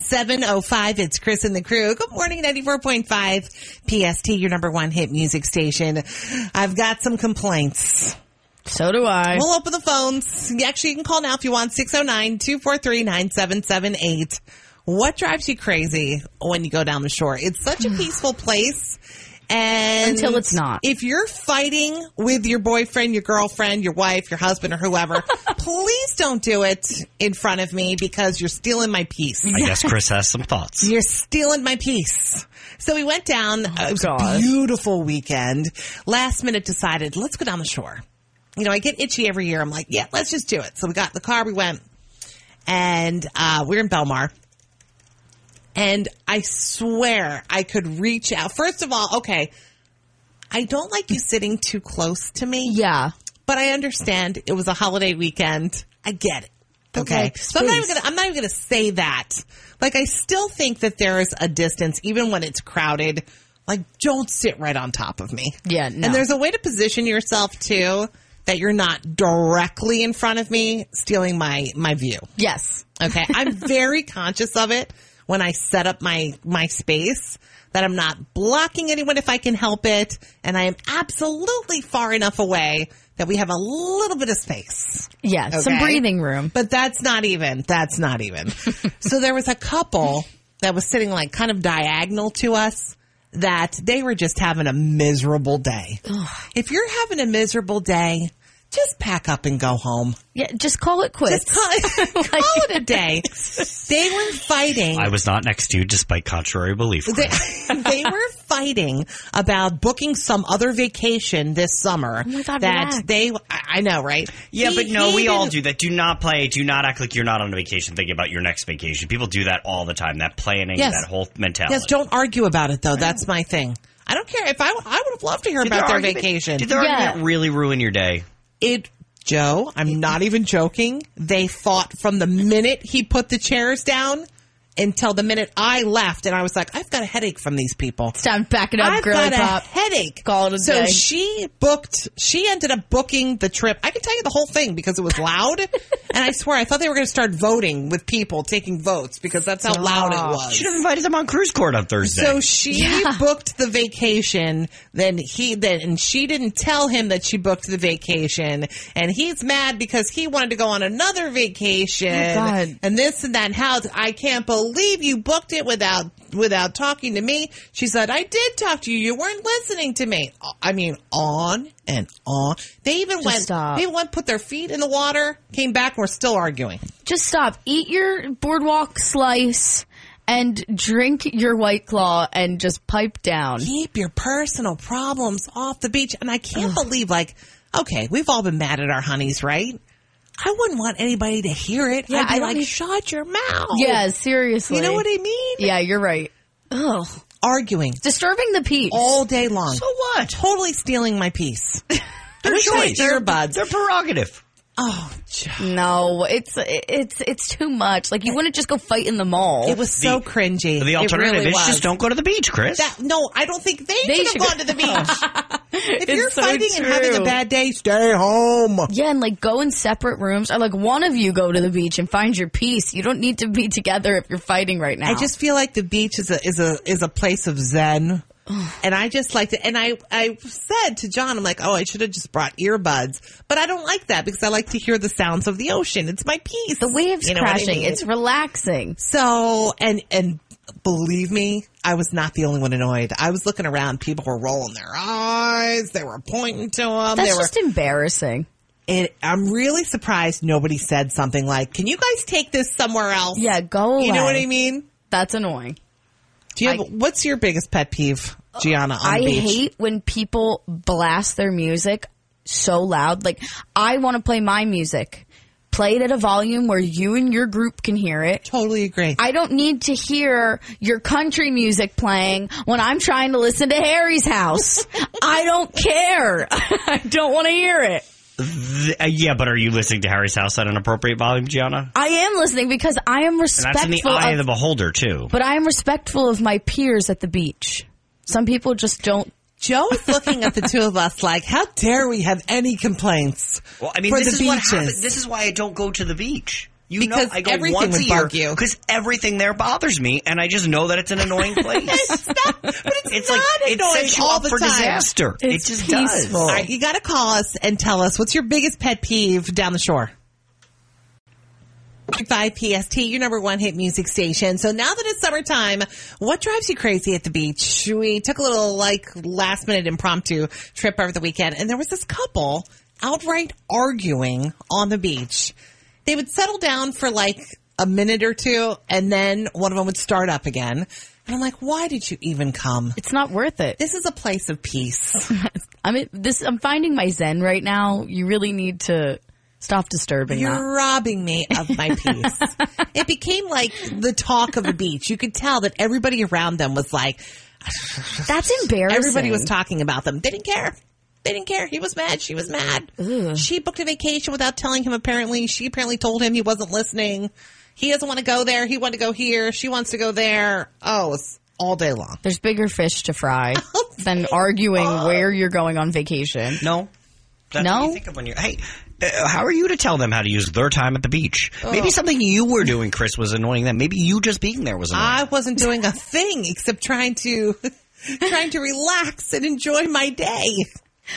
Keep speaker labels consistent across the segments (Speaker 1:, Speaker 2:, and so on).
Speaker 1: 705. It's Chris and the crew. Good morning, 94.5 PST, your number one hit music station. I've got some complaints.
Speaker 2: So do I.
Speaker 1: We'll open the phones. Actually, you can call now if you want 609-243-9778. What drives you crazy when you go down the shore? It's such a peaceful place. And
Speaker 2: Until it's not.
Speaker 1: If you're fighting with your boyfriend, your girlfriend, your wife, your husband, or whoever, please don't do it in front of me because you're stealing my peace.
Speaker 3: I guess Chris has some thoughts.
Speaker 1: You're stealing my peace. So we went down. it was a
Speaker 2: God.
Speaker 1: beautiful weekend. Last minute decided, let's go down the shore. You know, I get itchy every year. I'm like, yeah, let's just do it. So we got in the car, we went, and uh, we are in Belmar. And I swear I could reach out. First of all, okay, I don't like you sitting too close to me.
Speaker 2: yeah.
Speaker 1: But I understand it was a holiday weekend. I get it. Okay.
Speaker 2: like,
Speaker 1: so I'm not even
Speaker 2: space.
Speaker 1: gonna I'm not even gonna say that. Like I still think that there is a distance, even when it's crowded. Like don't sit right on top of me.
Speaker 2: Yeah, no.
Speaker 1: And there's a way to position yourself too that you're not directly in front of me stealing my my view.
Speaker 2: Yes.
Speaker 1: Okay. I'm very conscious of it when I set up my, my space that I'm not blocking anyone if I can help it. And I am absolutely far enough away that we have a little bit of space.
Speaker 2: Yeah. Some
Speaker 1: Okay.
Speaker 2: breathing room.
Speaker 1: But that's not even, that's not even. so there was a couple that was sitting like kind of diagonal to us that they were just having a miserable day. If you're having a miserable day, just pack up and go home.
Speaker 2: Yeah. Just call it quits.
Speaker 1: Just call, call it a day. They were fighting.
Speaker 3: I was not next to you, despite contrary belief.
Speaker 1: They,
Speaker 3: Chris.
Speaker 1: they were fighting about booking some other vacation this summer.
Speaker 3: Oh
Speaker 2: my God,
Speaker 1: that
Speaker 2: relax.
Speaker 1: they, I I know, right?
Speaker 3: Yeah,
Speaker 1: He-
Speaker 3: but no,
Speaker 1: he
Speaker 3: we all
Speaker 1: didn't-
Speaker 3: do that. Do not play. Do not act like you're not on a vacation thinking about your next vacation. People do that all the time. That planning,
Speaker 1: Yes.
Speaker 3: that whole mentality.
Speaker 1: Yes, don't argue about it though. That's my thing. I don't care if I, I would have loved to hear
Speaker 3: Did
Speaker 1: about their
Speaker 3: argument-
Speaker 1: vacation.
Speaker 3: Did their
Speaker 2: Yeah.
Speaker 3: argument really ruin your day?
Speaker 1: it, Joe, I'm not even joking. They fought from the minute he put the chairs down until the minute I left. And I was like, I've got a headache from these people.
Speaker 2: It's time to back it up,
Speaker 1: I've
Speaker 2: girly
Speaker 1: got
Speaker 2: pop.
Speaker 1: a headache.
Speaker 2: Call it a
Speaker 1: so
Speaker 2: day.
Speaker 1: she booked. She ended up booking the trip. I can tell you the whole thing because it was loud, and I swear I thought they were going to start voting with people taking votes because that's how loud it was.
Speaker 3: Should have invited them on cruise court on Thursday.
Speaker 1: So she booked the vacation. Then he then and she didn't tell him that she booked the vacation, and he's mad because he wanted to go on another vacation
Speaker 2: Oh, God.
Speaker 1: and this and that. And how I can't believe you booked it without without talking to me. She said I did talk to you. You weren't listening to me. I mean, on and on. They even went.
Speaker 2: stop.
Speaker 1: They went put their feet in the water, came back, and were still arguing.
Speaker 2: Just stop. Eat your boardwalk slice and drink your white claw and just pipe down.
Speaker 1: keep your personal problems off the beach. And I can't believe, like, okay, we've all been mad at our honeys, right? I wouldn't want anybody to hear it.
Speaker 2: Yeah,
Speaker 1: I'd be
Speaker 2: I don't
Speaker 1: like,
Speaker 2: need-
Speaker 1: shut your mouth.
Speaker 2: Yeah, seriously.
Speaker 1: You know what I mean?
Speaker 2: Yeah, you're right. Ugh.
Speaker 1: Arguing
Speaker 2: Disturbing the peace.
Speaker 1: all day long.
Speaker 3: So what?
Speaker 1: totally stealing my peace.
Speaker 3: Their
Speaker 1: wish I had
Speaker 3: choice. Their-
Speaker 1: earbuds.
Speaker 3: Their prerogative.
Speaker 1: Oh, j-
Speaker 2: no, it's it's it's too much. Like you wouldn't just go fight in the mall.
Speaker 1: it was so cringy.
Speaker 3: The alternative
Speaker 1: it really
Speaker 3: is
Speaker 1: was.
Speaker 3: just don't go to the beach, Chris.
Speaker 1: That, no, I don't think they,
Speaker 2: They
Speaker 1: should have
Speaker 2: should
Speaker 1: gone to the beach. if you're
Speaker 2: so
Speaker 1: fighting and having a
Speaker 2: true.
Speaker 1: bad day, stay home.
Speaker 2: Yeah, and like go in separate rooms, or like one of you go to the beach and find your peace. You don't need to be together if you're fighting right now.
Speaker 1: I just feel like the beach is a is a is a place of zen. And I just like to, and I, I said to John, I'm like, oh, I should have just brought earbuds, but I don't like that because I like to hear the sounds of the ocean. It's my peace.
Speaker 2: the waves
Speaker 1: You know what I
Speaker 2: crashing.
Speaker 1: mean?
Speaker 2: It's relaxing.
Speaker 1: so, and, and believe me, I was not the only one annoyed. I was looking around. People were rolling their eyes. They were pointing to them.
Speaker 2: That's
Speaker 1: they were,
Speaker 2: just embarrassing.
Speaker 1: and I'm really surprised nobody said something like, can you guys take this somewhere else?
Speaker 2: Yeah, go away.
Speaker 1: You know what I mean?
Speaker 2: That's annoying.
Speaker 1: Do you have, what's your biggest pet peeve, Gianna? On
Speaker 2: I
Speaker 1: the beach?
Speaker 2: hate when people blast their music so loud. Like I want to play my music. Play it at a volume where you and your group can hear it.
Speaker 1: Totally agree.
Speaker 2: I don't need to hear your country music playing when I'm trying to listen to Harry's house. I don't care. I don't want to hear it.
Speaker 3: Th- uh, yeah, but are you listening to Harry's house at an appropriate volume, Gianna?
Speaker 2: I am listening because I am
Speaker 3: And that's in the
Speaker 2: respectful.
Speaker 3: eye of
Speaker 2: of,
Speaker 3: the beholder, too.
Speaker 2: but I am respectful of my peers at the beach. Some people just don't.
Speaker 1: Joe is looking at the two of us like, how dare we have any complaints
Speaker 3: Well, I mean,
Speaker 1: for
Speaker 3: this
Speaker 1: the
Speaker 3: is what
Speaker 1: beaches?
Speaker 3: happen- This is why I don't go to the beach. You
Speaker 1: Because
Speaker 3: know, I go
Speaker 1: everything
Speaker 3: once
Speaker 1: would
Speaker 3: a year
Speaker 1: bug you.
Speaker 3: because everything there bothers me, and I just know that it's an annoying place. it's not, but it's, like
Speaker 1: not
Speaker 3: it sets
Speaker 1: annoying
Speaker 3: you
Speaker 1: all
Speaker 3: up
Speaker 1: the
Speaker 3: for
Speaker 1: time.
Speaker 3: disaster.
Speaker 2: It's
Speaker 3: it just
Speaker 2: peaceful.
Speaker 1: All
Speaker 3: does.
Speaker 1: right, you got to call us and tell us what's your biggest pet peeve down the shore. 5 PST, your number one hit music station. So now that it's summertime, what drives you crazy at the beach? We took a little like last minute impromptu trip over the weekend and there was this couple outright arguing on the beach. They would settle down for like a minute or two and then one of them would start up again. And I'm like, why did you even come?
Speaker 2: It's not worth it.
Speaker 1: This is a place of peace.
Speaker 2: I mean, this. I'm finding my zen right now. You really need to stop disturbing
Speaker 1: You're
Speaker 2: that.
Speaker 1: robbing me of my peace. it became like the talk of the beach. You could tell that everybody around them was like,
Speaker 2: That's embarrassing.
Speaker 1: everybody was talking about them. They didn't care. They didn't care. He was mad. She was mad. She booked a vacation without telling him, apparently. She apparently told him he wasn't listening. He doesn't want to go there. He wanted to go here. She wants to go there. Oh, it's all day long.
Speaker 2: There's bigger fish to fry than arguing
Speaker 3: Uh.
Speaker 2: where you're going on vacation.
Speaker 3: No. That's
Speaker 2: No?
Speaker 3: What you think of when you're, hey, uh, how are you to tell them how to use their time at the beach? Maybe something you were doing, Chris, was annoying them. Maybe you just being there was annoying.
Speaker 1: I wasn't doing a thing except trying to, trying to relax and enjoy my day.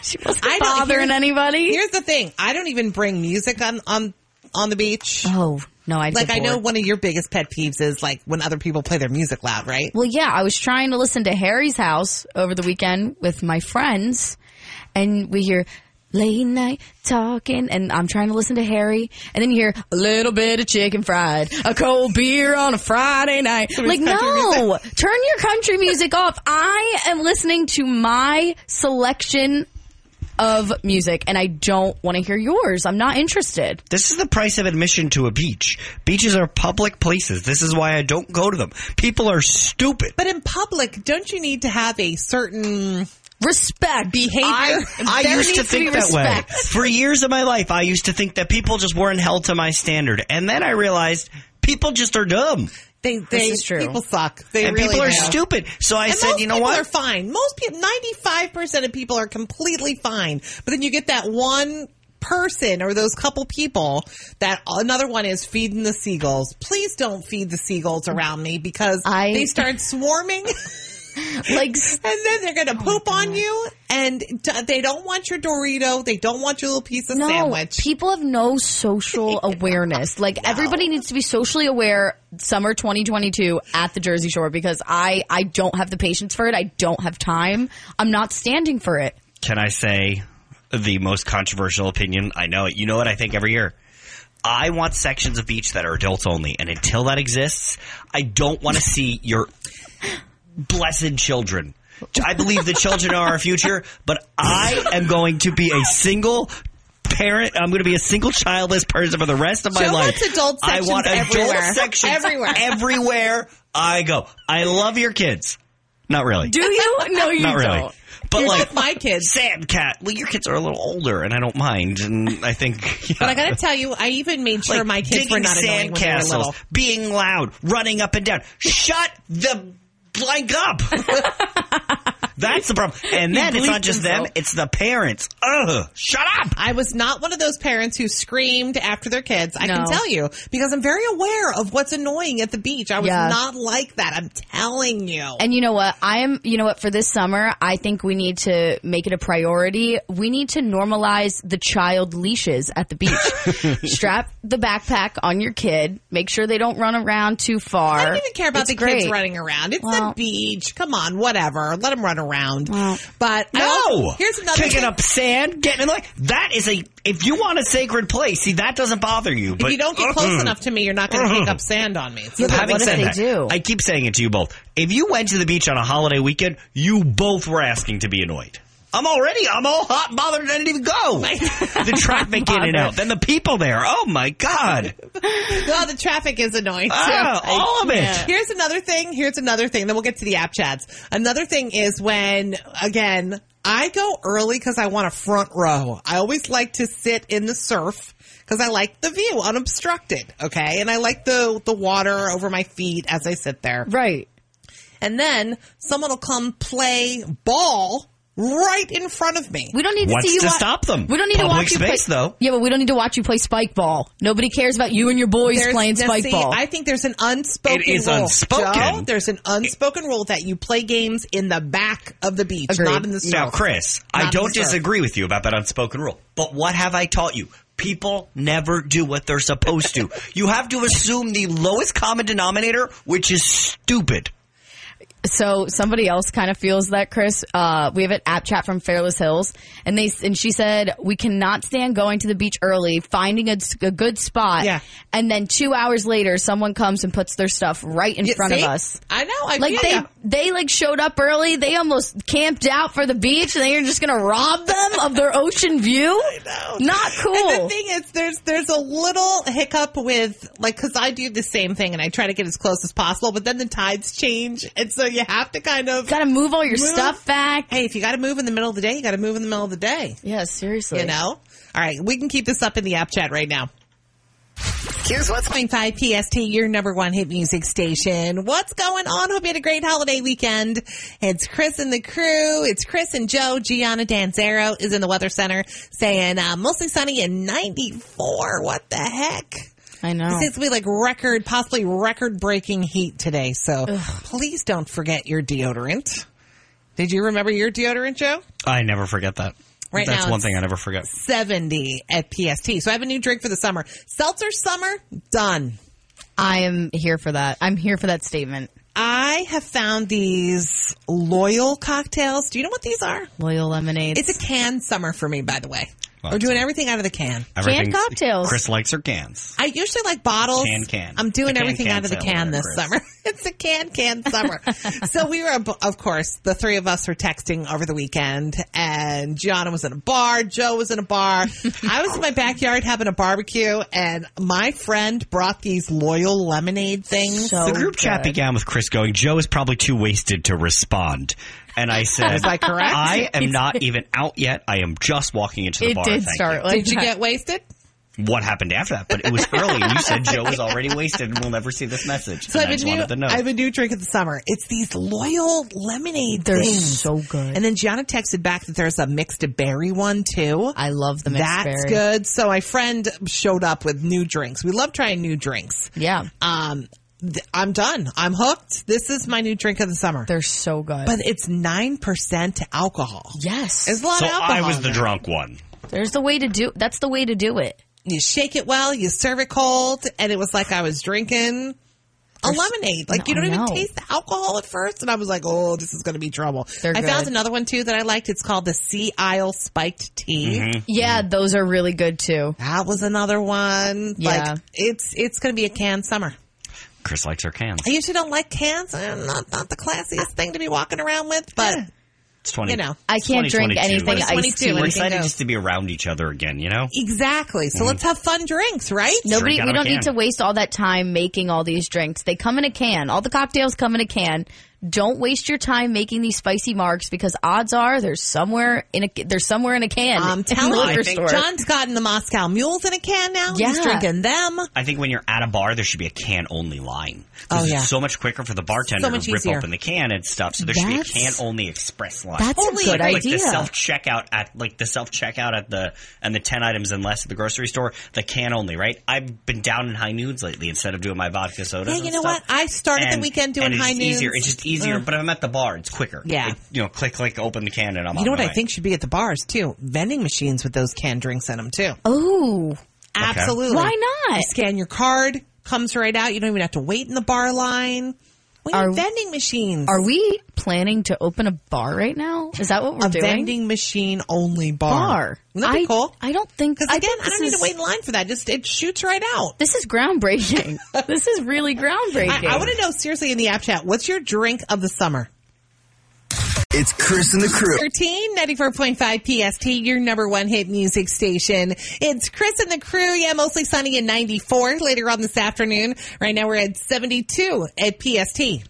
Speaker 2: She wasn't
Speaker 1: I don't-
Speaker 2: bothering
Speaker 1: here's-
Speaker 2: anybody.
Speaker 1: Here's the thing. I don't even bring music on on on the beach.
Speaker 2: oh no, I
Speaker 1: like I know one of your biggest pet peeves is like when other people play their music loud, right?
Speaker 2: Well, yeah, I was trying to listen to Harry's House over the weekend with my friends, and we hear late night talking, and I'm trying to listen to Harry, and then you hear a little bit of chicken fried, a cold beer on a Friday night. Like, no, turn your country music off. I am listening to my selection of music, and I don't want to hear yours. I'm not interested.
Speaker 3: This is the price of admission to a beach. Beaches are public places. This is why I don't go to them. People are stupid.
Speaker 1: But in public, don't you need to have a certain
Speaker 2: Respect
Speaker 1: behavior?
Speaker 3: I, I
Speaker 2: There
Speaker 3: used to
Speaker 2: needs to
Speaker 3: think
Speaker 2: be
Speaker 3: that
Speaker 2: respect.
Speaker 3: way. For years of my life, I used to think that people just weren't held to my standard. And then I realized people just are dumb.
Speaker 1: they, they
Speaker 2: is true.
Speaker 1: people suck. They
Speaker 3: And
Speaker 1: really
Speaker 3: people are
Speaker 1: do.
Speaker 3: stupid. So I
Speaker 1: And
Speaker 3: said,
Speaker 1: most
Speaker 3: you know
Speaker 1: people
Speaker 3: what?
Speaker 1: are fine. Most people, ninety-five percent of people are completely fine. But then you get that one person or those couple people that another one is feeding the seagulls. Please don't feed the seagulls around me because
Speaker 2: I-
Speaker 1: they start swarming.
Speaker 2: like.
Speaker 1: And then they're
Speaker 2: Oh
Speaker 1: going to poop on you, and t- they don't want your Dorito. They don't want your little piece of
Speaker 2: No,
Speaker 1: sandwich.
Speaker 2: people have no social awareness. Like everybody needs to be socially aware. Summer 2022 at the Jersey Shore because I I don't have the patience for it. I don't have time. I'm not standing for it.
Speaker 3: Can I say the most controversial opinion? I know it. You know what I think every year? I want sections of beach that are adults only. And until that exists, I don't want to see your blessed children. I believe the children are our future, but I am going to be a single parent. I'm going to be a single childless person for the rest of my
Speaker 1: Joe
Speaker 3: life.
Speaker 1: wants adult
Speaker 3: I want
Speaker 1: sections everywhere.
Speaker 3: adult sections
Speaker 1: Everywhere.
Speaker 3: everywhere I go. I love your kids. Not really.
Speaker 2: Do you? No, you
Speaker 3: Not really.
Speaker 2: don't.
Speaker 3: But
Speaker 1: Here's
Speaker 3: like
Speaker 1: with my kids.
Speaker 3: Sam Cat. Well, your kids are a little older, and I don't mind. And I think,
Speaker 1: But I got to tell you, I even made sure
Speaker 3: like,
Speaker 1: my kids
Speaker 3: digging
Speaker 1: were not annoying when they were little.
Speaker 3: sandcastles, being loud, running up and down. Shut the blank up. That's the problem. And then it's not
Speaker 2: bleeped
Speaker 3: just
Speaker 2: himself.
Speaker 3: them; it's the parents. Ugh! Shut up.
Speaker 1: I was not one of those parents who screamed after their kids. I can
Speaker 2: No.
Speaker 1: tell you because I'm very aware of what's annoying at the beach. I was
Speaker 2: Yeah.
Speaker 1: not like that. I'm telling you.
Speaker 2: And you know what? I am, you know what, for this summer, I think we need to make it a priority. We need to normalize the child leashes at the beach. Strap the backpack on your kid. Make sure they don't run around too far.
Speaker 1: I don't even care about
Speaker 2: It's
Speaker 1: the kids
Speaker 2: great.
Speaker 1: running around. It's the
Speaker 2: Well-
Speaker 1: beach. Come on, whatever. Let them run around.
Speaker 2: Well-
Speaker 1: but I
Speaker 3: No.
Speaker 1: also- here's another
Speaker 3: Kicking
Speaker 1: thing.
Speaker 3: up sand, getting in the lake. That is a. If you want a sacred place, see that doesn't bother you. But mm-hmm. uh-uh.
Speaker 1: If you don't get close enough to me, you're not going to pick up sand on me. It's
Speaker 2: Yeah, but
Speaker 3: Having
Speaker 2: what if
Speaker 3: said
Speaker 2: they
Speaker 3: that,
Speaker 2: do?
Speaker 3: I keep saying it to you both. If you went to the beach on a holiday weekend, you both were asking to be annoyed. I'm already, I'm all hot and bothered and I didn't even go. the traffic in and out, then the people there. Oh my God.
Speaker 1: Well, Oh, the traffic is annoying too.
Speaker 3: Ah, all of it.
Speaker 1: Here's another thing. Here's another thing. Then we'll get to the app chats. Another thing is when, again, I go early because I want a front row. I always like to sit in the surf because I like the view unobstructed. Okay. And I like the, the water over my feet as I sit there.
Speaker 2: Right.
Speaker 1: And then someone will come play ball right in front of me.
Speaker 2: We don't need to
Speaker 3: Wants
Speaker 2: see you
Speaker 3: to
Speaker 2: wa-
Speaker 3: stop them.
Speaker 2: We don't need
Speaker 3: Public
Speaker 2: to watch you
Speaker 3: space,
Speaker 2: play,
Speaker 3: though.
Speaker 2: Yeah, but we don't need to watch you play spike ball. Nobody cares about you and your boys
Speaker 1: There's-
Speaker 2: playing
Speaker 1: now,
Speaker 2: spike
Speaker 1: see,
Speaker 2: ball.
Speaker 1: I think there's an unspoken
Speaker 3: It is
Speaker 1: rule.
Speaker 3: unspoken.
Speaker 1: Joe, there's an unspoken rule that you play games in the back of the beach,
Speaker 2: Agreed.
Speaker 1: not in the surf.
Speaker 3: Now, Chris, I
Speaker 1: Not
Speaker 3: don't
Speaker 1: deserved.
Speaker 3: disagree with you about that unspoken rule, but what have I taught you? People never do what they're supposed to. You have to assume the lowest common denominator, which is stupid.
Speaker 2: so somebody else kind of feels that Chris. Uh, we have an app chat from Fairless Hills, and they and she said we cannot stand going to the beach early, finding a, s- a good spot,
Speaker 1: Yeah.
Speaker 2: and then two hours later someone comes and puts their stuff right in
Speaker 1: You
Speaker 2: front
Speaker 1: see?
Speaker 2: of us.
Speaker 1: I know. I
Speaker 2: Like
Speaker 1: feel
Speaker 2: they
Speaker 1: ya.
Speaker 2: they like showed up early. They almost camped out for the beach, and they're just gonna rob them of their ocean view.
Speaker 3: Oh.
Speaker 1: know.
Speaker 2: Not cool.
Speaker 1: And the thing is, there's there's a little hiccup with like because I do the same thing and I try to get as close as possible, but then the tides change, and so you have to kind of.
Speaker 2: Got to move all your
Speaker 1: Move.
Speaker 2: stuff back.
Speaker 1: hey, if you got to move in the middle of the day, you got to move in the middle of the day.
Speaker 2: Yeah, seriously.
Speaker 1: You know. All right, we can keep this up in the app chat right now.
Speaker 4: Here's what's
Speaker 1: 95 PST, your number one hit music station. What's going on? Hope you had a great holiday weekend. It's Chris and the crew. It's Chris and Joe. Gianna Danzero is in the weather center saying uh, mostly sunny and 94. What the heck?
Speaker 2: I know.
Speaker 4: Oh.
Speaker 1: This is we like record, possibly record breaking heat today. So please don't forget your deodorant. Did you remember your deodorant, Joe?
Speaker 3: I never forget that.
Speaker 1: Right
Speaker 3: That's
Speaker 1: now
Speaker 3: one
Speaker 1: it's-
Speaker 3: thing I never forget.
Speaker 1: 70 at PST. So I have a new drink for the summer. Seltzer summer, done.
Speaker 2: I am here for that. I'm here for that statement.
Speaker 1: I have found these loyal cocktails. Do you know what these are?
Speaker 2: Loyal lemonade.
Speaker 1: It's a canned summer for me, by the way.
Speaker 3: Wow.
Speaker 1: We're doing everything out of the can.
Speaker 3: Everything's-
Speaker 2: cocktails.
Speaker 3: Chris likes her cans.
Speaker 1: I usually like bottles.
Speaker 3: Can, can.
Speaker 1: I'm doing
Speaker 3: The can,
Speaker 1: everything
Speaker 3: can
Speaker 1: out of the
Speaker 3: sale
Speaker 1: can
Speaker 3: there,
Speaker 1: this
Speaker 3: Chris.
Speaker 1: summer. it's a can can summer. so we were, of course, the three of us were texting over the weekend, and Gianna was in a bar, Joe was in a bar. I was in my backyard having a barbecue, and my friend brought these loyal lemonade things.
Speaker 2: So
Speaker 3: The group chat
Speaker 2: good.
Speaker 3: began with Chris going, Joe is probably too wasted to respond. And I said,
Speaker 1: Was I correct?
Speaker 3: I am not even out yet. I am just walking into the
Speaker 2: It
Speaker 3: bar.
Speaker 2: did
Speaker 3: thank
Speaker 2: start
Speaker 3: you."
Speaker 2: like
Speaker 1: Did you
Speaker 2: that.
Speaker 1: get wasted?
Speaker 3: What happened after that? But it was early. and You said Joe was already wasted and we'll never see this message.
Speaker 1: So I
Speaker 3: and I
Speaker 1: have,
Speaker 3: just
Speaker 1: a new,
Speaker 3: wanted to know.
Speaker 1: I have a new drink of the summer. It's these loyal lemonade
Speaker 2: They're
Speaker 1: things.
Speaker 2: so good.
Speaker 1: And then Gianna texted back that there's a mixed berry one too.
Speaker 2: I love the mixed
Speaker 1: That's
Speaker 2: berry.
Speaker 1: good. So my friend showed up with new drinks. We love trying new drinks.
Speaker 2: Yeah,
Speaker 1: Um, th- I'm done. I'm hooked. This is my new drink of the summer.
Speaker 2: they're so good.
Speaker 1: but it's nine percent alcohol.
Speaker 2: yes,
Speaker 1: It's a lot
Speaker 3: so
Speaker 1: of alcohol.
Speaker 3: I was
Speaker 1: in
Speaker 3: the
Speaker 1: there.
Speaker 3: drunk one.
Speaker 2: there's the way to do. That's the way to do it.
Speaker 1: You shake it well. You serve it cold, and it was like I was drinking a lemonade. Like you
Speaker 2: No,
Speaker 1: don't
Speaker 2: I
Speaker 1: even
Speaker 2: know.
Speaker 1: taste the alcohol at first, and I was like, "Oh, this is going to be trouble."
Speaker 2: They're
Speaker 1: I found
Speaker 2: good.
Speaker 1: another one too that I liked. It's called the Sea Isle Spiked Tea.
Speaker 3: Mm-hmm.
Speaker 2: Yeah, those are really good too.
Speaker 1: That was another one.
Speaker 2: Yeah.
Speaker 1: Like it's it's going to be a canned summer.
Speaker 3: Chris likes her cans.
Speaker 1: I usually don't like cans. Uh, Not not the classiest thing to be walking around with, but
Speaker 3: It's 20.
Speaker 1: you know.
Speaker 2: I
Speaker 3: it's
Speaker 2: can't drink
Speaker 3: 2022.
Speaker 2: anything
Speaker 3: We're
Speaker 1: What is
Speaker 2: iced tea.
Speaker 1: 22?
Speaker 3: We're
Speaker 1: anything
Speaker 3: excited
Speaker 1: goes.
Speaker 3: just to be around each other again, you know?
Speaker 1: exactly. So let's have fun drinks, right?
Speaker 2: Nobody,
Speaker 3: Drink out
Speaker 2: we
Speaker 3: of a
Speaker 2: don't need to
Speaker 3: can.
Speaker 2: waste all that time making all these drinks. They come in a can. All the cocktails come in a can. Don't waste your time making these spicy marks because odds are there's somewhere in a there's somewhere in a can.
Speaker 1: I'm
Speaker 2: in the
Speaker 1: telling you,
Speaker 2: liquor
Speaker 1: I think
Speaker 2: store.
Speaker 1: Um, John's gotten the Moscow mules in a can now. He's
Speaker 2: Yeah.
Speaker 1: drinking them.
Speaker 3: I think when you're at a bar, there should be a can only line. Because
Speaker 1: Oh, yeah.
Speaker 3: it's so much quicker for the bartender
Speaker 1: much
Speaker 3: to rip
Speaker 1: easier.
Speaker 3: open the can and stuff. So there should
Speaker 2: That's-
Speaker 3: be a can only express line.
Speaker 2: That's
Speaker 1: Holy-
Speaker 2: a good
Speaker 3: like
Speaker 2: idea.
Speaker 3: the self checkout at like the self checkout at the and the ten items and less at the grocery store, the can only, right? I've been down in high nudes lately instead of doing my vodka sodas.
Speaker 1: Yeah,
Speaker 3: and
Speaker 1: you know what?
Speaker 3: stuff.
Speaker 1: I started the
Speaker 3: And-
Speaker 1: weekend doing
Speaker 3: and it's
Speaker 1: high
Speaker 3: just
Speaker 1: noons.
Speaker 3: Easier, it's just easier. But if I'm at the bar, it's quicker.
Speaker 1: Yeah.
Speaker 3: It- you know, click, click, open the can, and I'm.
Speaker 1: You know what I think should be at the bars too? Vending machines with those canned drinks in them too.
Speaker 2: oh,
Speaker 1: Absolutely.
Speaker 2: why not?
Speaker 1: You scan your card, comes right out. You don't even have to wait in the bar line. We
Speaker 2: Are-
Speaker 1: need vending machines.
Speaker 2: Are we planning to open a bar right now? Is that what we're
Speaker 1: a
Speaker 2: doing?
Speaker 1: vending machine only bar.
Speaker 2: bar.
Speaker 1: Wouldn't that be
Speaker 2: I,
Speaker 1: cool?
Speaker 2: I don't think
Speaker 1: Because again,
Speaker 2: think
Speaker 1: I, don't
Speaker 2: this
Speaker 1: need
Speaker 2: is,
Speaker 1: to wait in line for that. Just it shoots right out.
Speaker 2: This is groundbreaking. this is really groundbreaking.
Speaker 1: I, I want to know seriously in the app chat. What's your drink of the summer?
Speaker 4: It's Chris and the crew.
Speaker 1: 13 94.5 PST, your number one hit music station. It's Chris and the crew. Yeah, mostly sunny in 94 later on this afternoon. Right now we're at 72 at PST.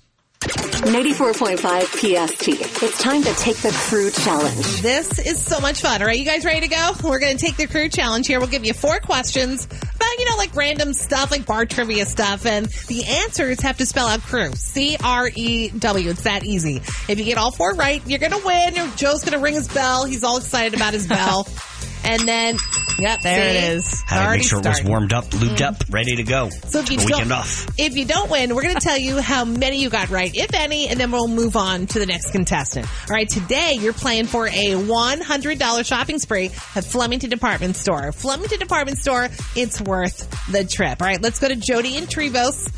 Speaker 5: 94.5 PST. It's time to take the crew challenge.
Speaker 1: This is so much fun. All right, you guys ready to go? We're going to take the crew challenge here. We'll give you four questions about, you know, like random stuff, like bar trivia stuff. And the answers have to spell out crew. C-R-E-W. It's that easy. If you get all four right, you're going to win. Joe's going to ring his bell. He's all excited about his bell. and then, yep,
Speaker 2: There
Speaker 1: see?
Speaker 2: it is.
Speaker 3: Had to
Speaker 1: Already
Speaker 3: make sure it
Speaker 1: started.
Speaker 3: was warmed up, lubed up, ready to go.
Speaker 1: So if you
Speaker 3: the weekend
Speaker 1: don't,
Speaker 3: off.
Speaker 1: if you don't win, we're going to tell you how many you got right, if any, and then we'll move on to the next contestant. All right, today you're playing for a $100 shopping spree at Flemington Department Store. Flemington Department Store, it's worth the trip. All right, let's go to Jody in Trevose.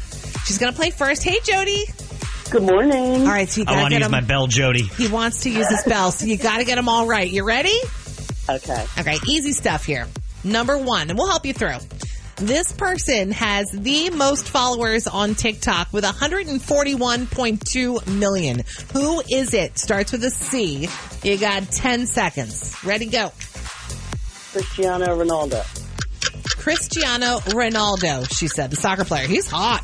Speaker 1: She's going to play first. Hey, Jody.
Speaker 6: Good morning.
Speaker 1: All right, so you
Speaker 3: I
Speaker 1: got
Speaker 3: want
Speaker 1: to get
Speaker 3: to use
Speaker 1: him.
Speaker 3: my bell, Jody.
Speaker 1: he wants to use his bell, so you got to get them all right. You ready?
Speaker 6: Okay.
Speaker 1: Okay, easy stuff here. Number one, and we'll help you through. This person has the most followers on TikTok with 141.2 million. Who is it? Starts with a C. You got 10 seconds. Ready, go.
Speaker 6: Cristiano Ronaldo.
Speaker 1: Cristiano Ronaldo, she said, the soccer player. He's hot,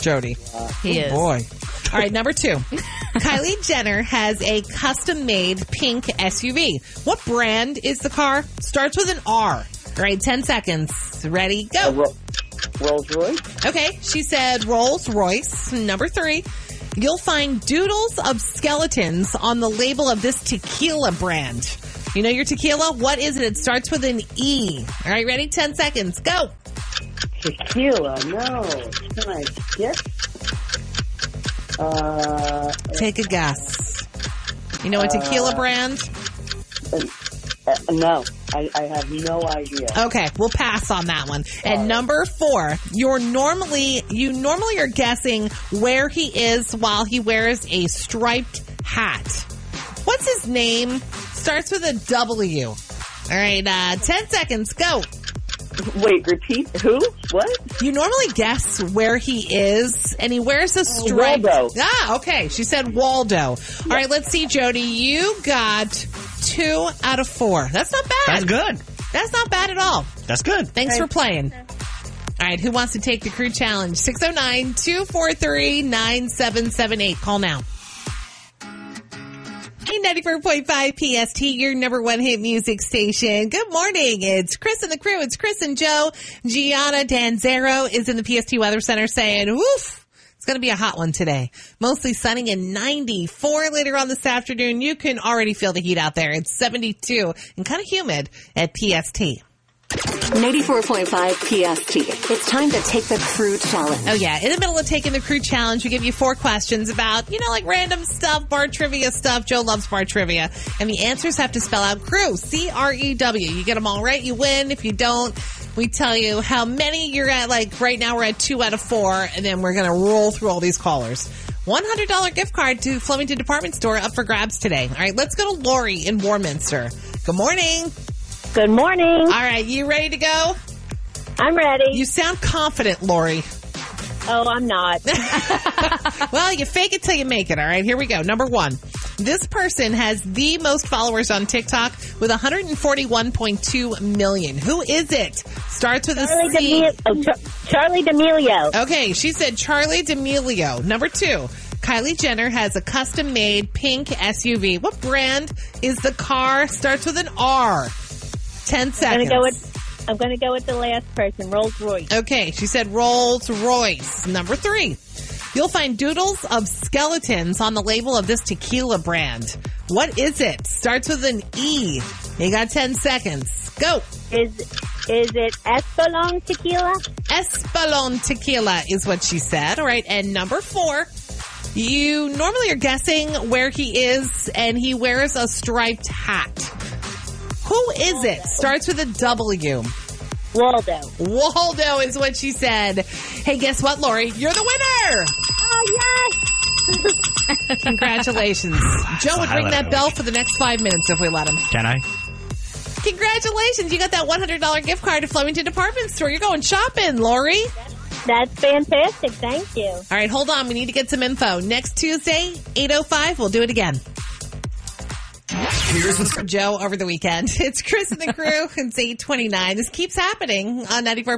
Speaker 1: Jody.
Speaker 2: He is.
Speaker 3: Oh,
Speaker 1: Boy. All right, number two. Kylie Jenner has a custom made pink SUV. What brand is the car? Starts with an R. All right, 10 seconds. Ready, go.
Speaker 6: A Ro- Rolls Royce.
Speaker 1: Okay, she said Rolls Royce, number three. You'll find doodles of skeletons on the label of this tequila brand. You know your tequila? What is it? It starts with an E. All right, ready? 10 seconds. Go.
Speaker 6: Tequila. No. Can I guess? Uh,
Speaker 1: Take a guess. You know a tequila brand?
Speaker 6: uh, no. I, I have no idea.
Speaker 1: Okay, we'll pass on that one. And number four, you're normally you normally are guessing where he is while he wears a striped hat. What's his name? Starts with a W. All right, uh, ten seconds. Go.
Speaker 6: Wait, repeat. Who? What?
Speaker 1: You normally guess where he is, and he wears a striped.
Speaker 6: Waldo.
Speaker 1: Ah, okay. She said Waldo. All right, let's see, Jody. You got two out of four. That's not bad.
Speaker 3: That's good.
Speaker 1: That's not bad at all.
Speaker 3: That's good.
Speaker 1: Thanks for playing. All right, who wants to take the crew challenge? 609 243 9778. Call now. Hey, 94.5 PST, your number one hit music station. Good morning. It's Chris and the crew. It's Chris and Joe. Gianna Danzero is in the PST Weather Center saying, woof. It's going to be a hot one today. Mostly sunny and 94 later on this afternoon. You can already feel the heat out there. It's 72 and kind of humid at PST.
Speaker 5: 94.5 PST. It's time to take the crew challenge.
Speaker 1: Oh yeah, in the middle of taking the crew challenge, we give you four questions about, you know, like random stuff, bar trivia stuff. Joe loves bar trivia. And the answers have to spell out crew, C-R-E-W. You get them all right, you win. If you don't, we tell you how many you're at. Like right now we're at two out of four, and then we're going to roll through all these callers. $100 gift card to Flemington Department Store up for grabs today. All right, let's go to Lori in Warminster. Good morning.
Speaker 7: Good morning.
Speaker 1: All right, you ready to go?
Speaker 7: I'm ready.
Speaker 1: You sound confident, Lori.
Speaker 7: oh, I'm not.
Speaker 1: Well, you fake it till you make it. All right, here we go. Number one. This person has the most followers on TikTok with 141.2 million. Who is it? Starts with a
Speaker 7: Charlie,
Speaker 1: C.
Speaker 7: D'Amelio. Oh, Char- Charlie D'Amelio.
Speaker 1: Okay, she said Charlie D'Amelio. Number two. Kylie Jenner has a custom made pink SUV. What brand is the car? Starts with an R. 10 seconds.
Speaker 7: I'm gonna go with. I'm gonna go with the last person, Rolls Royce.
Speaker 1: Okay, she said Rolls Royce. Number three. You'll find doodles of skeletons on the label of this tequila brand. What is it? Starts with an E. You got 10 seconds. Go.
Speaker 7: Is is it Espolon Tequila?
Speaker 1: Espolon tequila is what she said. All right. And number four. You normally are guessing where he is and he wears a striped hat. Who is it? Starts with a W.
Speaker 7: Waldo.
Speaker 1: Waldo is what she said. Hey, guess what, Lori? You're the winner!
Speaker 7: Oh yes.
Speaker 1: Congratulations. Joe would ring that bell for the next five minutes if we let him.
Speaker 3: Can I?
Speaker 1: Congratulations. You got that $100 gift card to Flemington Department Store. You're going shopping, Lori.
Speaker 7: That's fantastic. Thank you.
Speaker 1: All right, hold on. oh We need to get some info. Next Tuesday, 8.05, we'll do it again.
Speaker 4: Here's what's
Speaker 1: from Joe over the weekend. It's Chris and the crew. It's 829. This keeps happening on 94.5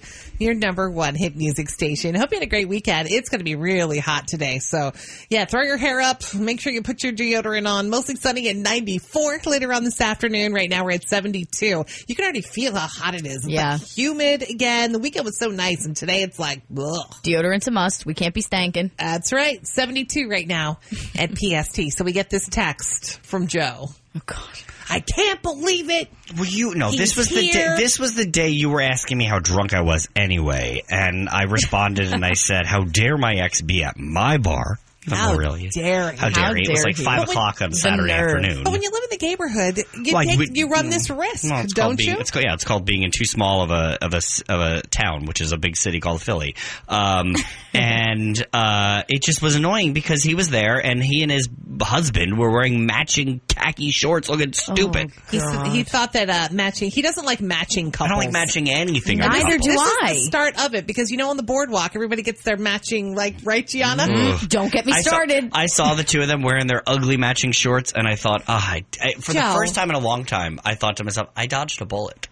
Speaker 1: PST, your number one hit music station. Hope you had a great weekend. It's going to be really hot today. So yeah, throw your hair up. Make sure you put your deodorant on. Mostly sunny and 94 later on this afternoon. Right now we're at 72. You can already feel how hot it is. It's
Speaker 2: Yeah.
Speaker 1: like humid again. The weekend was so nice and today it's like, ugh.
Speaker 2: Deodorant's a must. We can't be stanking.
Speaker 1: That's right. 72 right now at PST. So we get this text from Joe.
Speaker 2: Oh, God.
Speaker 1: I can't believe it.
Speaker 3: Were you no?
Speaker 1: He's
Speaker 3: This was the day,
Speaker 1: here.
Speaker 3: this was the day you were asking me how drunk I was anyway, and I responded and I said, "How dare my ex be at my bar?" No,
Speaker 1: How
Speaker 3: really?
Speaker 1: dare he.
Speaker 3: How dare
Speaker 2: How
Speaker 3: he? It was
Speaker 2: dare
Speaker 3: like
Speaker 2: he.
Speaker 3: five
Speaker 2: But
Speaker 1: when-
Speaker 3: o'clock on Saturday
Speaker 2: nerve.
Speaker 3: afternoon.
Speaker 1: But when you live in the neighborhood, you,
Speaker 3: Why,
Speaker 1: take,
Speaker 3: we-
Speaker 1: you run this risk,
Speaker 3: Well, it's called
Speaker 1: don't
Speaker 3: being,
Speaker 1: you?
Speaker 3: It's, called- yeah, it's called being in too small of a of a s- of a town, which is a big city called Philly. Um, and uh, it just was annoying because he was there, and he and his husband were wearing matching khaki shorts, looking stupid.
Speaker 1: He s- he thought that uh, matching. He doesn't like matching
Speaker 3: I
Speaker 1: couples.
Speaker 3: don't like matching anything.
Speaker 1: This
Speaker 3: I'm
Speaker 1: is-
Speaker 2: Neither
Speaker 3: not-
Speaker 2: do
Speaker 1: this is
Speaker 2: I.
Speaker 1: the start of it because you know on the boardwalk everybody gets their matching like right, Gianna.
Speaker 3: Mm-hmm.
Speaker 2: Don't get me
Speaker 3: I saw-
Speaker 2: started.
Speaker 3: I saw, the two of them wearing their ugly matching shorts, and I thought, ah, I, I- for the
Speaker 1: Joe.
Speaker 3: first time in a long time, I thought to myself, I dodged a bullet.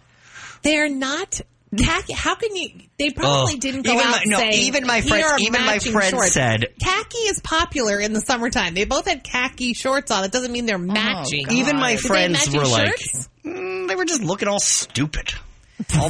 Speaker 1: They're not. Khaki, how can you? They probably
Speaker 3: Ugh.
Speaker 1: didn't go
Speaker 3: Oh, Even
Speaker 1: out
Speaker 3: my- no,
Speaker 1: saying,
Speaker 3: even my
Speaker 1: "Here
Speaker 3: friend-
Speaker 1: are
Speaker 3: even my
Speaker 1: matching
Speaker 3: friend
Speaker 1: shorts."
Speaker 3: said-
Speaker 1: khaki is popular in the summertime. They both had khaki shorts on. It doesn't mean they're matching.
Speaker 2: Oh, God.
Speaker 3: Even my
Speaker 1: Did they
Speaker 3: friends
Speaker 1: matching
Speaker 3: were like,
Speaker 1: shirts?
Speaker 3: mm, they were just looking all stupid. All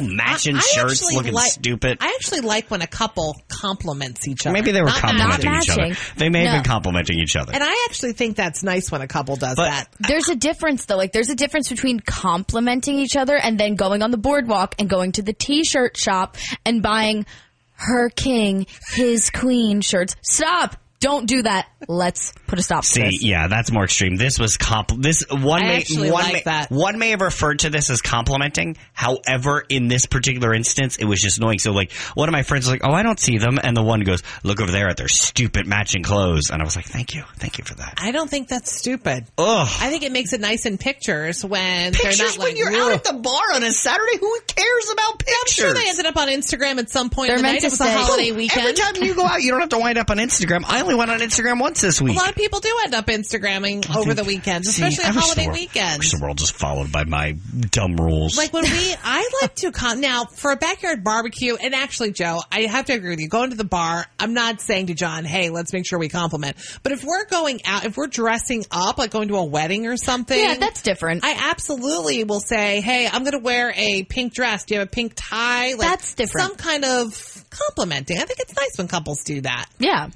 Speaker 3: matching
Speaker 1: I
Speaker 3: shirts,
Speaker 1: actually
Speaker 3: looking
Speaker 1: like-
Speaker 3: stupid.
Speaker 1: I actually like when a couple compliments each other.
Speaker 3: Maybe they were
Speaker 1: Not
Speaker 3: complimenting
Speaker 1: matching.
Speaker 3: each other.
Speaker 2: matching.
Speaker 3: They may have
Speaker 2: No.
Speaker 3: been complimenting each other.
Speaker 1: And I actually think that's nice when a couple does
Speaker 3: But-
Speaker 1: that.
Speaker 2: There's a difference though. Like there's a difference between complimenting each other and then going on the boardwalk and going to the t-shirt shop and buying her king, his queen shirts. Stop. Don't do that. Let's put a stop to
Speaker 3: See,
Speaker 2: this.
Speaker 3: yeah, that's more extreme. This was compl. This one
Speaker 1: I
Speaker 3: may
Speaker 1: actually
Speaker 3: one
Speaker 1: like
Speaker 3: may,
Speaker 1: that.
Speaker 3: one may have referred to this as complimenting. However, in this particular instance, it was just annoying. So, like, one of my friends was like, "Oh, I don't see them," and the one goes, "Look over there at their stupid matching clothes," and I was like, "Thank you, thank you for that."
Speaker 1: I don't think that's stupid.
Speaker 3: Ugh.
Speaker 1: I think it makes it nice in pictures when they're
Speaker 3: Oh. Pictures
Speaker 1: not like
Speaker 3: when you're
Speaker 1: "Ugh."
Speaker 3: out at the bar on a Saturday. Who cares about pictures?
Speaker 1: Sure, they ended up on Instagram at some point
Speaker 2: They're
Speaker 1: in the
Speaker 2: meant
Speaker 1: night.
Speaker 2: to
Speaker 1: It was a
Speaker 2: say-
Speaker 1: holiday
Speaker 2: Boom.
Speaker 1: weekend.
Speaker 3: Every time you go out, you don't have to wind up on Instagram. I only went on Instagram once this
Speaker 1: a
Speaker 3: week.
Speaker 1: lot of people do end up Instagramming over the weekend,
Speaker 3: See,
Speaker 1: especially
Speaker 3: I
Speaker 1: on
Speaker 3: wish the
Speaker 1: holiday
Speaker 3: world- I wish
Speaker 1: weekends.
Speaker 3: the world just followed by my dumb rules.
Speaker 1: Like when we, I like to con now for a backyard barbecue. And actually, Joe, I have to agree with you. Going to the bar, I'm not saying to John, "Hey, let's make sure we compliment." But if we're going out, if we're dressing up, like going to a wedding or something,
Speaker 2: Yeah, that's different.
Speaker 1: I absolutely will say, "Hey, I'm going to wear a pink dress. Do you have a pink tie?" Like,
Speaker 2: That's different.
Speaker 1: Some kind of complimenting. I think it's nice when couples do that.
Speaker 2: yeah.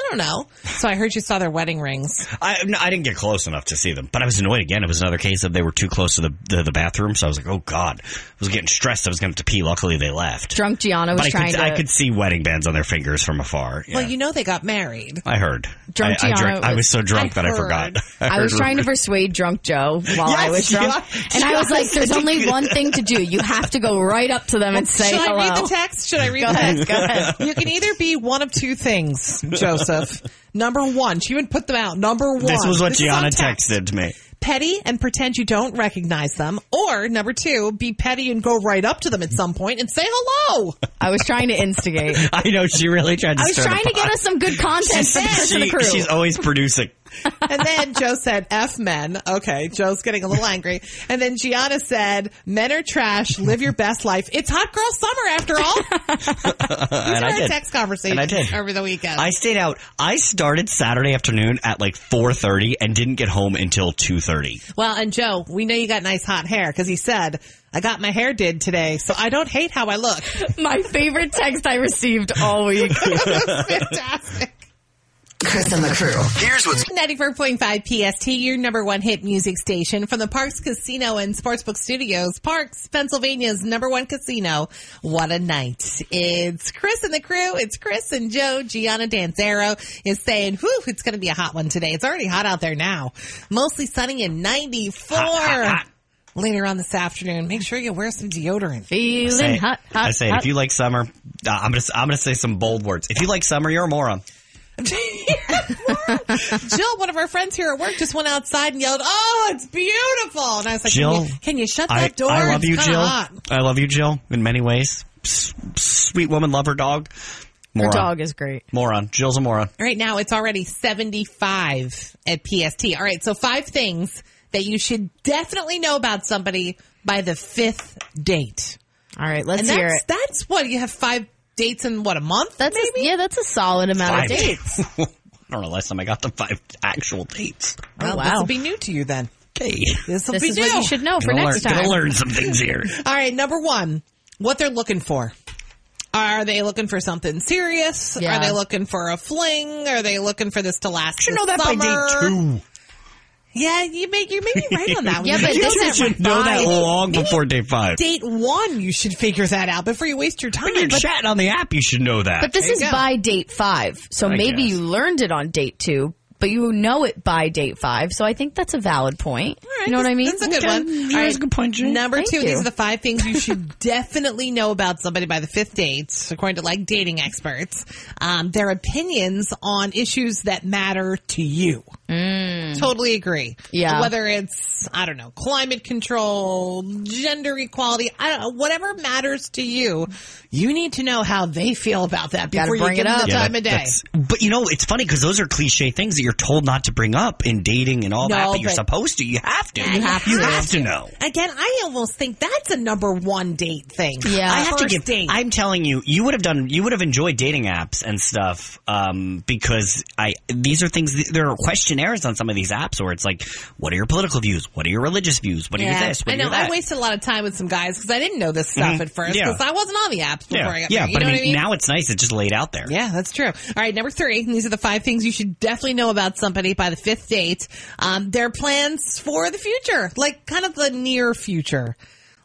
Speaker 1: I don't know. So I heard you saw their wedding rings.
Speaker 3: I, no, I didn't get close enough to see them, but I was annoyed again. It was another case of they were too close to the the, the bathroom, so I was like, "Oh God!" I was getting stressed. I was going to have to pee. Luckily, they left.
Speaker 2: Drunk Gianna was
Speaker 3: but I
Speaker 2: trying
Speaker 3: could,
Speaker 2: to
Speaker 3: I could see wedding bands on their fingers from afar. Yeah.
Speaker 1: Well, you know they got married.
Speaker 3: I heard.
Speaker 2: Drunk
Speaker 3: I, I,
Speaker 2: Gianna
Speaker 3: drank- I was
Speaker 2: was-
Speaker 3: so drunk
Speaker 1: I
Speaker 3: that I forgot.
Speaker 1: heard.
Speaker 2: I was
Speaker 3: heard
Speaker 2: trying to
Speaker 3: rumors.
Speaker 2: persuade drunk Joe while I
Speaker 3: Yes,
Speaker 2: was drunk.
Speaker 3: yeah,
Speaker 2: and I was like, there's
Speaker 3: yes.
Speaker 2: only one thing to do. You have to go right up to them and say
Speaker 1: Should
Speaker 2: hello.
Speaker 1: I read the text? Should I read
Speaker 2: Go
Speaker 1: the
Speaker 2: ahead,
Speaker 1: text?
Speaker 2: go ahead.
Speaker 1: You can either be one of two things, Joseph. Number one, she would put them out. Number one.
Speaker 3: This was what
Speaker 1: is on
Speaker 3: Gianna
Speaker 1: text.
Speaker 3: texted me.
Speaker 1: Petty and pretend you don't recognize them. Or number two, be petty and go right up to them at some point and say hello.
Speaker 2: I was trying to instigate.
Speaker 3: I know she really tried to.
Speaker 2: I was
Speaker 3: stir the
Speaker 2: trying to
Speaker 3: pot.
Speaker 2: get us some good content for the Chris and the
Speaker 3: She-
Speaker 2: crew.
Speaker 3: she's always producing.
Speaker 1: And then Joe said, F men. Okay, Joe's getting a little angry. And then Gianna said, men are trash. Live your best life. It's hot girl summer after all. These
Speaker 3: and
Speaker 1: are
Speaker 3: I
Speaker 1: our
Speaker 3: did.
Speaker 1: text conversations
Speaker 3: And I did.
Speaker 1: over the weekend.
Speaker 3: I stayed out. I started Saturday afternoon at like 4:30 and didn't get home until 2:30.
Speaker 1: Well, and Joe, we know you got nice hot hair because he said, I got my hair did today, so I don't hate how I look.
Speaker 2: My favorite text I received all week.
Speaker 1: Fantastic.
Speaker 4: Chris and the crew. Here's what's
Speaker 1: 94.5 PST, your number one hit music station from the Parks Casino and Sportsbook Studios. Parks, Pennsylvania's number one casino. What a night. It's Chris and the crew. It's Chris and Joe. Gianna Danzero is saying, whew, it's going to be a hot one today. It's already hot out there now. Mostly sunny and 94. Later on this afternoon, make sure you wear some deodorant.
Speaker 2: Feeling
Speaker 3: Hey,
Speaker 2: hot, hot,
Speaker 3: I say
Speaker 2: hot.
Speaker 3: if you like summer, uh, I'm gonna I'm gonna say some bold words. If you like summer, you're a moron.
Speaker 1: Jill, one of our friends here at work, just went outside and yelled, "Oh, it's beautiful!" And I was like,
Speaker 3: Jill,
Speaker 1: "Can you, can you shut
Speaker 3: I,
Speaker 1: that door?"
Speaker 3: I love
Speaker 1: It's
Speaker 3: you,
Speaker 1: kinda
Speaker 3: Jill.
Speaker 1: hot."
Speaker 3: I love you, Jill. In many ways, S- sweet woman, love her dog.
Speaker 2: Your
Speaker 3: Moron.
Speaker 2: dog is great.
Speaker 3: Moron. Jill's a moron.
Speaker 1: Right now, it's already 75 at PST. All right, so five things that you should definitely know about somebody by the fifth date.
Speaker 2: All right, let's
Speaker 1: And
Speaker 2: hear
Speaker 1: that's,
Speaker 2: it.
Speaker 1: that's what you have five dates in what a month?
Speaker 2: That's a, yeah, that's a solid amount
Speaker 3: Five
Speaker 2: of dates.
Speaker 3: dates. I don't know. Last time I got the five actual dates.
Speaker 1: well,
Speaker 2: Oh, wow.
Speaker 1: This will be new to you then.
Speaker 3: Okay.
Speaker 1: This will
Speaker 2: This
Speaker 1: be
Speaker 2: is
Speaker 1: new.
Speaker 2: what you should know for
Speaker 3: Gonna
Speaker 2: next
Speaker 3: learn,
Speaker 2: time.
Speaker 3: Gonna learn some things here.
Speaker 1: All right, number one, what they're looking for. Are they looking for something serious?
Speaker 2: Yeah.
Speaker 1: Are they looking for a fling? Are they looking for this to last?
Speaker 3: should
Speaker 1: the
Speaker 3: know that by
Speaker 1: summer?
Speaker 3: date two.
Speaker 1: Yeah, you may you may be right on that one.
Speaker 2: Yeah, but
Speaker 1: You
Speaker 2: this
Speaker 1: should-
Speaker 2: is-
Speaker 3: should know that
Speaker 1: five.
Speaker 3: long
Speaker 1: Maybe-
Speaker 3: before day five.
Speaker 1: date one. You should figure that out before you waste your time.
Speaker 3: When you're
Speaker 1: But
Speaker 3: chatting on the app, you should know that.
Speaker 2: But this
Speaker 1: There you
Speaker 2: is
Speaker 1: go.
Speaker 2: by date five, so
Speaker 3: I
Speaker 2: maybe
Speaker 3: guess.
Speaker 2: you learned it on date two, but you know it by date five. So I think that's a valid point.
Speaker 1: All right,
Speaker 2: you know what I
Speaker 1: that's-
Speaker 2: mean?
Speaker 1: That's a good one. All
Speaker 3: that's a good point, Jane.
Speaker 1: Number
Speaker 2: Thank
Speaker 1: two,
Speaker 2: you.
Speaker 1: these are the five things you should definitely know about somebody by the fifth date, according to like dating experts. Um, their opinions on issues that matter to you. Totally agree.
Speaker 2: Mm. Yeah.
Speaker 1: Whether it's I don't know, climate control, gender equality, I don't know, whatever matters to you, you need to know how they feel about that
Speaker 2: Gotta
Speaker 1: before you
Speaker 2: bring
Speaker 1: give
Speaker 2: it
Speaker 1: them
Speaker 2: up.
Speaker 1: the
Speaker 2: Yeah,
Speaker 1: time of day.
Speaker 3: That's- But you know, it's funny because those are cliche things that you're told not to bring up in dating and all that,
Speaker 1: No,
Speaker 3: but you're
Speaker 1: but-
Speaker 3: supposed to. You have to.
Speaker 1: you have
Speaker 3: You
Speaker 1: to.
Speaker 3: have to know.
Speaker 1: Again, I almost think that's a number one date thing.
Speaker 2: Yeah.
Speaker 3: I have to
Speaker 1: First
Speaker 3: give.
Speaker 1: date.
Speaker 3: I'm telling you, you would have done. You would have enjoyed dating apps and stuff um, because I. These are things. There are questionnaires on some of these apps where it's like, what are your political views? What are your religious views? What are your this? What
Speaker 1: I
Speaker 3: are
Speaker 1: know.
Speaker 3: your that?
Speaker 1: I wasted a lot of time with some guys because I didn't know this stuff
Speaker 3: Mhm.
Speaker 1: at first
Speaker 3: Yeah.
Speaker 1: because I wasn't on the apps before
Speaker 3: yeah,
Speaker 1: I got
Speaker 3: yeah.
Speaker 1: married,
Speaker 3: but
Speaker 1: you know
Speaker 3: I
Speaker 1: what
Speaker 3: mean, now it's nice. It's just laid out there.
Speaker 1: yeah, that's true. All right, number three. These are the five things you should definitely know about somebody by the fifth date. Um, their plans for the future, like kind of the near future.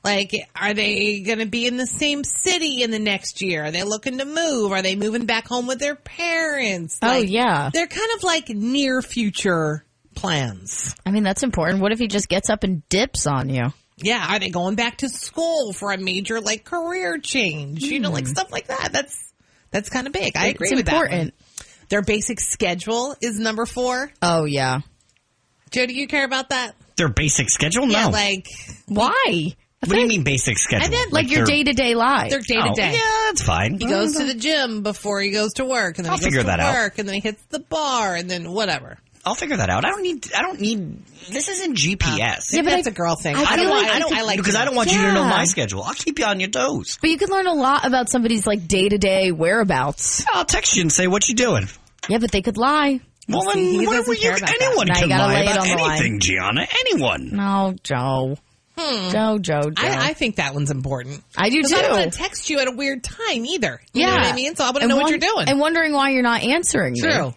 Speaker 1: Like, are they going to be in the same city in the next year? Are they looking to move? Are they moving back home with their parents?
Speaker 2: Oh,
Speaker 1: Like,
Speaker 2: yeah.
Speaker 1: They're kind of like near future plans.
Speaker 2: I mean, that's important. What if he just gets up and dips on you?
Speaker 1: Yeah, are they going back to school for a major like career change? You know, like stuff like that. That's that's kind of big. I agree
Speaker 2: it's
Speaker 1: with that. one.
Speaker 2: important.
Speaker 1: Their basic schedule is number four.
Speaker 2: Oh yeah.
Speaker 1: Joe, do you care about that?
Speaker 3: Their basic schedule. No.
Speaker 1: Yeah, like
Speaker 2: Why?
Speaker 3: what do you mean basic schedule?
Speaker 1: I meant,
Speaker 2: Like, your
Speaker 3: their-
Speaker 2: day to day life.
Speaker 1: their day to
Speaker 3: Oh,
Speaker 1: day.
Speaker 3: Yeah, it's fine.
Speaker 1: He goes to the gym before he goes to work, and then
Speaker 3: I'll
Speaker 1: he goes
Speaker 3: figure
Speaker 1: to
Speaker 3: that out.
Speaker 1: work, and then he hits the bar, and then whatever.
Speaker 3: I'll figure that out. I don't need. I don't need. This isn't GPS.
Speaker 1: Maybe
Speaker 2: but
Speaker 1: that's
Speaker 2: I-
Speaker 1: a girl thing.
Speaker 2: I
Speaker 3: I don't
Speaker 2: feel
Speaker 3: want.
Speaker 2: like
Speaker 3: I don't because I don't want you to know
Speaker 2: Yeah.
Speaker 3: my schedule. I'll keep you on your toes.
Speaker 2: but you could learn a lot about somebody's like day to day whereabouts.
Speaker 3: I'll text you and say what you doing.
Speaker 2: Yeah, but they could lie.
Speaker 3: Well,
Speaker 1: See,
Speaker 3: then
Speaker 1: he
Speaker 3: why
Speaker 1: doesn't
Speaker 3: would you?
Speaker 1: care about that.
Speaker 3: Anyone
Speaker 2: Now you
Speaker 3: can
Speaker 2: gotta
Speaker 3: lie
Speaker 2: lay it
Speaker 3: about
Speaker 2: on the line.
Speaker 3: anything, Gianna. Anyone.
Speaker 2: No, Joe. Joe, Joe, Joe.
Speaker 1: Hmm. I, I think that one's important.
Speaker 2: I do
Speaker 1: 'Cause I don't
Speaker 2: too.
Speaker 1: want to text you at a weird time either. You
Speaker 2: yeah,
Speaker 1: know what I mean. So I want to
Speaker 2: And
Speaker 1: know what
Speaker 2: won-
Speaker 1: you're doing.
Speaker 2: and wondering why you're not answering. me.
Speaker 1: True.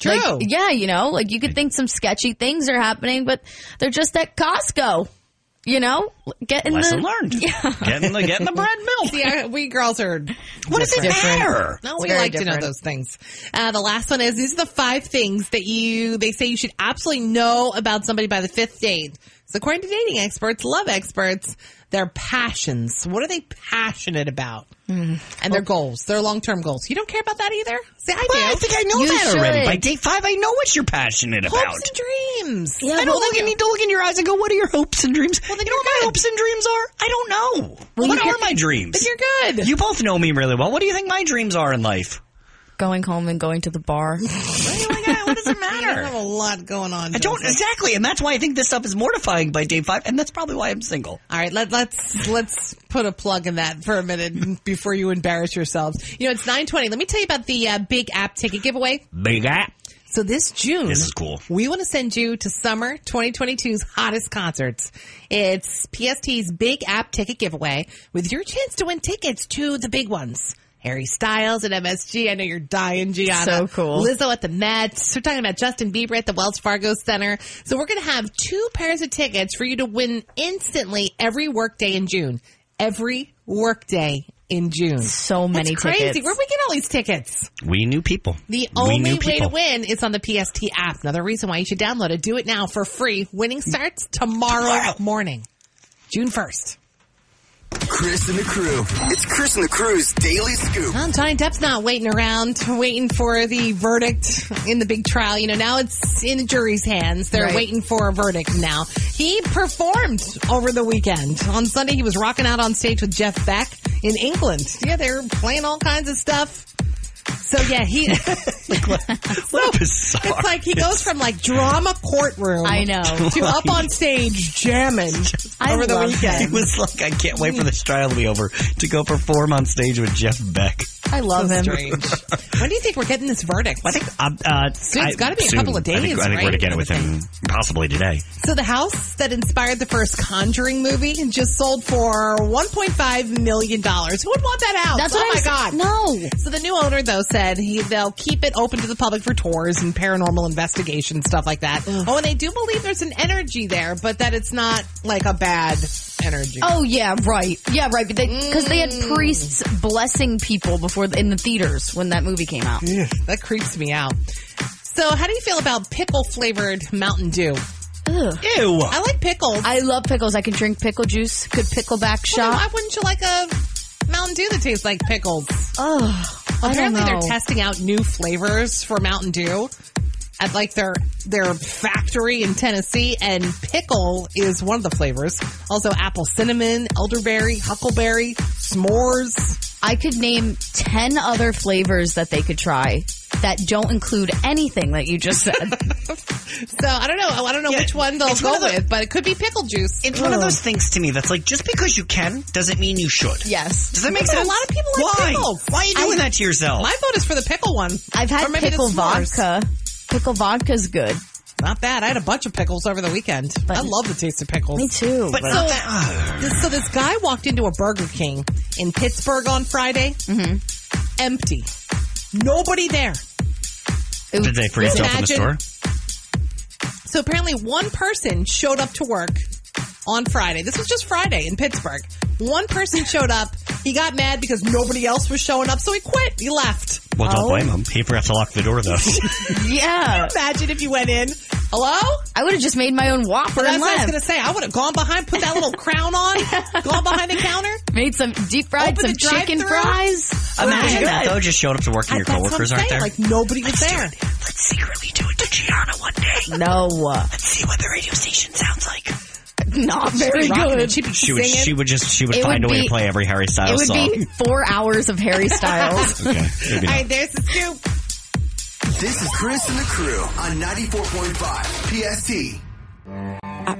Speaker 1: True.
Speaker 2: Like, yeah, you know, like you could think some sketchy things are happening, but they're just at Costco. You know, getting the
Speaker 3: Lesson learned. Getting the getting the bread milk.
Speaker 1: See, I, we girls are.
Speaker 3: What does it
Speaker 2: Different.
Speaker 3: matter?
Speaker 1: No, we
Speaker 2: very
Speaker 1: like to know
Speaker 2: different.
Speaker 1: those things. Uh, the last one is these are the five things that you they say you should absolutely know about somebody by the fifth date. So according to dating experts, love experts, their passions. What are they passionate about? And their goals, their long term goals. You don't care about that either. See, I
Speaker 3: Well, I
Speaker 1: do.
Speaker 3: think I know
Speaker 2: You
Speaker 3: that already.
Speaker 2: should.
Speaker 3: By day five, I know what you're passionate about.
Speaker 1: Hopes and dreams.
Speaker 2: Yeah,
Speaker 3: I
Speaker 2: well,
Speaker 3: don't look, I need to look in your eyes and go, "What are your hopes and dreams?"
Speaker 1: Well, then
Speaker 3: you know
Speaker 1: you're
Speaker 3: what my
Speaker 1: good.
Speaker 3: hopes and dreams are? I don't know.
Speaker 2: Well,
Speaker 3: what
Speaker 2: you
Speaker 3: are
Speaker 2: get-
Speaker 3: my dreams?
Speaker 1: But you're good.
Speaker 3: You both know me really well. What do you think my dreams are in life?
Speaker 2: going home and going to the bar.
Speaker 1: oh
Speaker 3: what does it
Speaker 1: You don't have a
Speaker 3: matter?
Speaker 1: lot going on.
Speaker 3: I don't
Speaker 1: Joseph.
Speaker 3: exactly, and that's why I think this stuff is mortifying by day five, and that's probably why I'm single.
Speaker 1: All right, let, let's let's put a plug in that for a minute before you embarrass yourselves. You know, it's nine twenty. Let me tell you about the uh, big app ticket giveaway.
Speaker 3: Big app.
Speaker 1: So this June,
Speaker 3: This is cool.
Speaker 1: We want to send you to summer 2022's hottest concerts. It's PST's big app ticket giveaway with your chance to win tickets to the big ones. Harry Styles at MSG. I know you're dying, Gianna.
Speaker 2: So cool.
Speaker 1: Lizzo at the Mets. We're talking about Justin Bieber at the Wells Fargo Center. So we're going to have two pairs of tickets for you to win instantly every workday in June. Every workday in June.
Speaker 2: So many
Speaker 1: That's crazy.
Speaker 2: tickets.
Speaker 1: Where'd we get all these tickets?
Speaker 3: We knew people.
Speaker 1: The
Speaker 3: We knew
Speaker 1: only way to
Speaker 3: people.
Speaker 1: win is on the PST app. Another reason why you should download it. Do it now for free. Winning starts tomorrow,
Speaker 3: Tomorrow.
Speaker 1: morning, June 1st.
Speaker 4: Chris and the crew. It's Chris and the crew's daily scoop.
Speaker 1: Well, Johnny Depp's not waiting around, waiting for the verdict in the big trial. You know, now it's in the jury's hands. They're
Speaker 2: Right.
Speaker 1: waiting for a verdict now. He performed over the weekend. On Sunday, he was rocking out on stage with Jeff Beck in England. Yeah, they were playing all kinds of stuff. So yeah, he.
Speaker 3: What a bizarre.
Speaker 1: It's like he goes from like drama courtroom.
Speaker 2: I know.
Speaker 1: To up on stage jamming
Speaker 2: I
Speaker 1: over the
Speaker 2: love
Speaker 1: weekend.
Speaker 3: It was like, I can't wait for this trial to be over to go perform on stage with Jeff Beck.
Speaker 2: I love him.
Speaker 1: Strange. when do you think we're getting this verdict?
Speaker 3: I think um, uh,
Speaker 1: Soon, it's
Speaker 3: I-
Speaker 1: gotta be a
Speaker 3: soon.
Speaker 1: couple of
Speaker 3: I think,
Speaker 1: days,
Speaker 3: I think we're
Speaker 1: right?
Speaker 3: to get it with him possibly today.
Speaker 1: So the house that inspired the first Conjuring movie just sold for 1.5 million dollars. Who would want that house?
Speaker 2: That's
Speaker 1: oh
Speaker 2: what
Speaker 1: my
Speaker 2: I'm
Speaker 1: god!
Speaker 2: No.
Speaker 1: So the new owner though said he, they'll keep it open to the public for tours and paranormal investigation stuff like that. Oh, and they do believe there's an energy there, but that it's not like a bad energy.
Speaker 2: Oh yeah, right. Yeah, right. Because they, had priests blessing people before in the theaters when that movie came out.
Speaker 1: That creeps me out. So how do you feel about pickle flavored Mountain Dew?
Speaker 2: Ugh.
Speaker 3: Ew.
Speaker 1: I like pickles.
Speaker 2: I love pickles. I can drink pickle juice. Could pickleback
Speaker 1: Well, then
Speaker 2: shot.
Speaker 1: why wouldn't you like a Mountain Dew that tastes like pickles?
Speaker 2: Oh, I don't
Speaker 1: Apparently,
Speaker 2: know.
Speaker 1: they're testing out new flavors for Mountain Dew at like their their factory in Tennessee, and pickle is one of the flavors. Also, apple cinnamon, elderberry, huckleberry, s'mores.
Speaker 2: I could name ten other flavors that they could try that don't include anything that you just said.
Speaker 1: So I don't know. I don't know
Speaker 3: Yeah,
Speaker 1: which one they'll
Speaker 3: it's one
Speaker 1: go
Speaker 3: of the-
Speaker 1: with, but it could be pickle juice.
Speaker 3: It's one of those things to me that's like, just because you can doesn't mean you should.
Speaker 2: yes.
Speaker 3: Does that make
Speaker 1: But a
Speaker 3: sense?
Speaker 1: lot of people like
Speaker 3: Why?
Speaker 1: pickles.
Speaker 3: Why are you doing that to yourself?
Speaker 1: My vote is for the pickle one.
Speaker 2: I've
Speaker 1: Or
Speaker 2: had
Speaker 1: maybe the
Speaker 2: pickle
Speaker 1: s'mores.
Speaker 2: vodka. Pickle vodka's good.
Speaker 1: Not bad. I had a bunch of pickles over the weekend. I love the taste of pickles.
Speaker 2: Me too.
Speaker 3: but not that. Ugh.
Speaker 1: This- so this guy walked into a Burger King in Pittsburgh on Friday,
Speaker 2: Mm-hmm.
Speaker 1: empty, nobody there.
Speaker 2: Oops.
Speaker 3: Did they freeze
Speaker 1: Just
Speaker 3: open the
Speaker 1: imagine-
Speaker 3: store?
Speaker 1: So apparently, one person showed up to work on Friday. This was just Friday in Pittsburgh. One person showed up. He got mad because nobody else was showing up, so he quit. He left.
Speaker 3: Well, don't
Speaker 2: Oh.
Speaker 3: blame him. He forgot to lock the door, though.
Speaker 2: yeah.
Speaker 1: Imagine if you went in. Hello.
Speaker 2: I would have just made my own Whopper
Speaker 1: That's
Speaker 2: and
Speaker 1: what I was
Speaker 2: left.
Speaker 1: gonna say. I would have gone behind, put that little crown on, gone behind the counter.
Speaker 2: Made some deep fried,
Speaker 1: Open
Speaker 2: some
Speaker 1: the
Speaker 2: chicken
Speaker 1: drive-thru.
Speaker 2: fries.
Speaker 3: Imagine that, though. Just showing up to work and your
Speaker 1: That's what I'm
Speaker 3: coworkers aren't
Speaker 1: saying,
Speaker 3: there.
Speaker 1: Like nobody was there.
Speaker 3: Let's secretly do it to Gianna one day.
Speaker 2: No,
Speaker 3: Let's see what the radio station sounds like.
Speaker 2: not very
Speaker 1: Rocking it.
Speaker 2: good.
Speaker 1: She'd be
Speaker 3: She would.
Speaker 1: singing.
Speaker 3: She would just. She would
Speaker 2: It
Speaker 3: find
Speaker 2: would
Speaker 3: a way
Speaker 2: be-
Speaker 3: to play every Harry
Speaker 2: It
Speaker 3: Styles
Speaker 2: would
Speaker 3: song.
Speaker 2: be four hours of Harry Styles.
Speaker 3: Okay, maybe
Speaker 1: All
Speaker 3: not.
Speaker 1: right, there's the scoop.
Speaker 4: This is Chris and the Crew on 94.5 PST.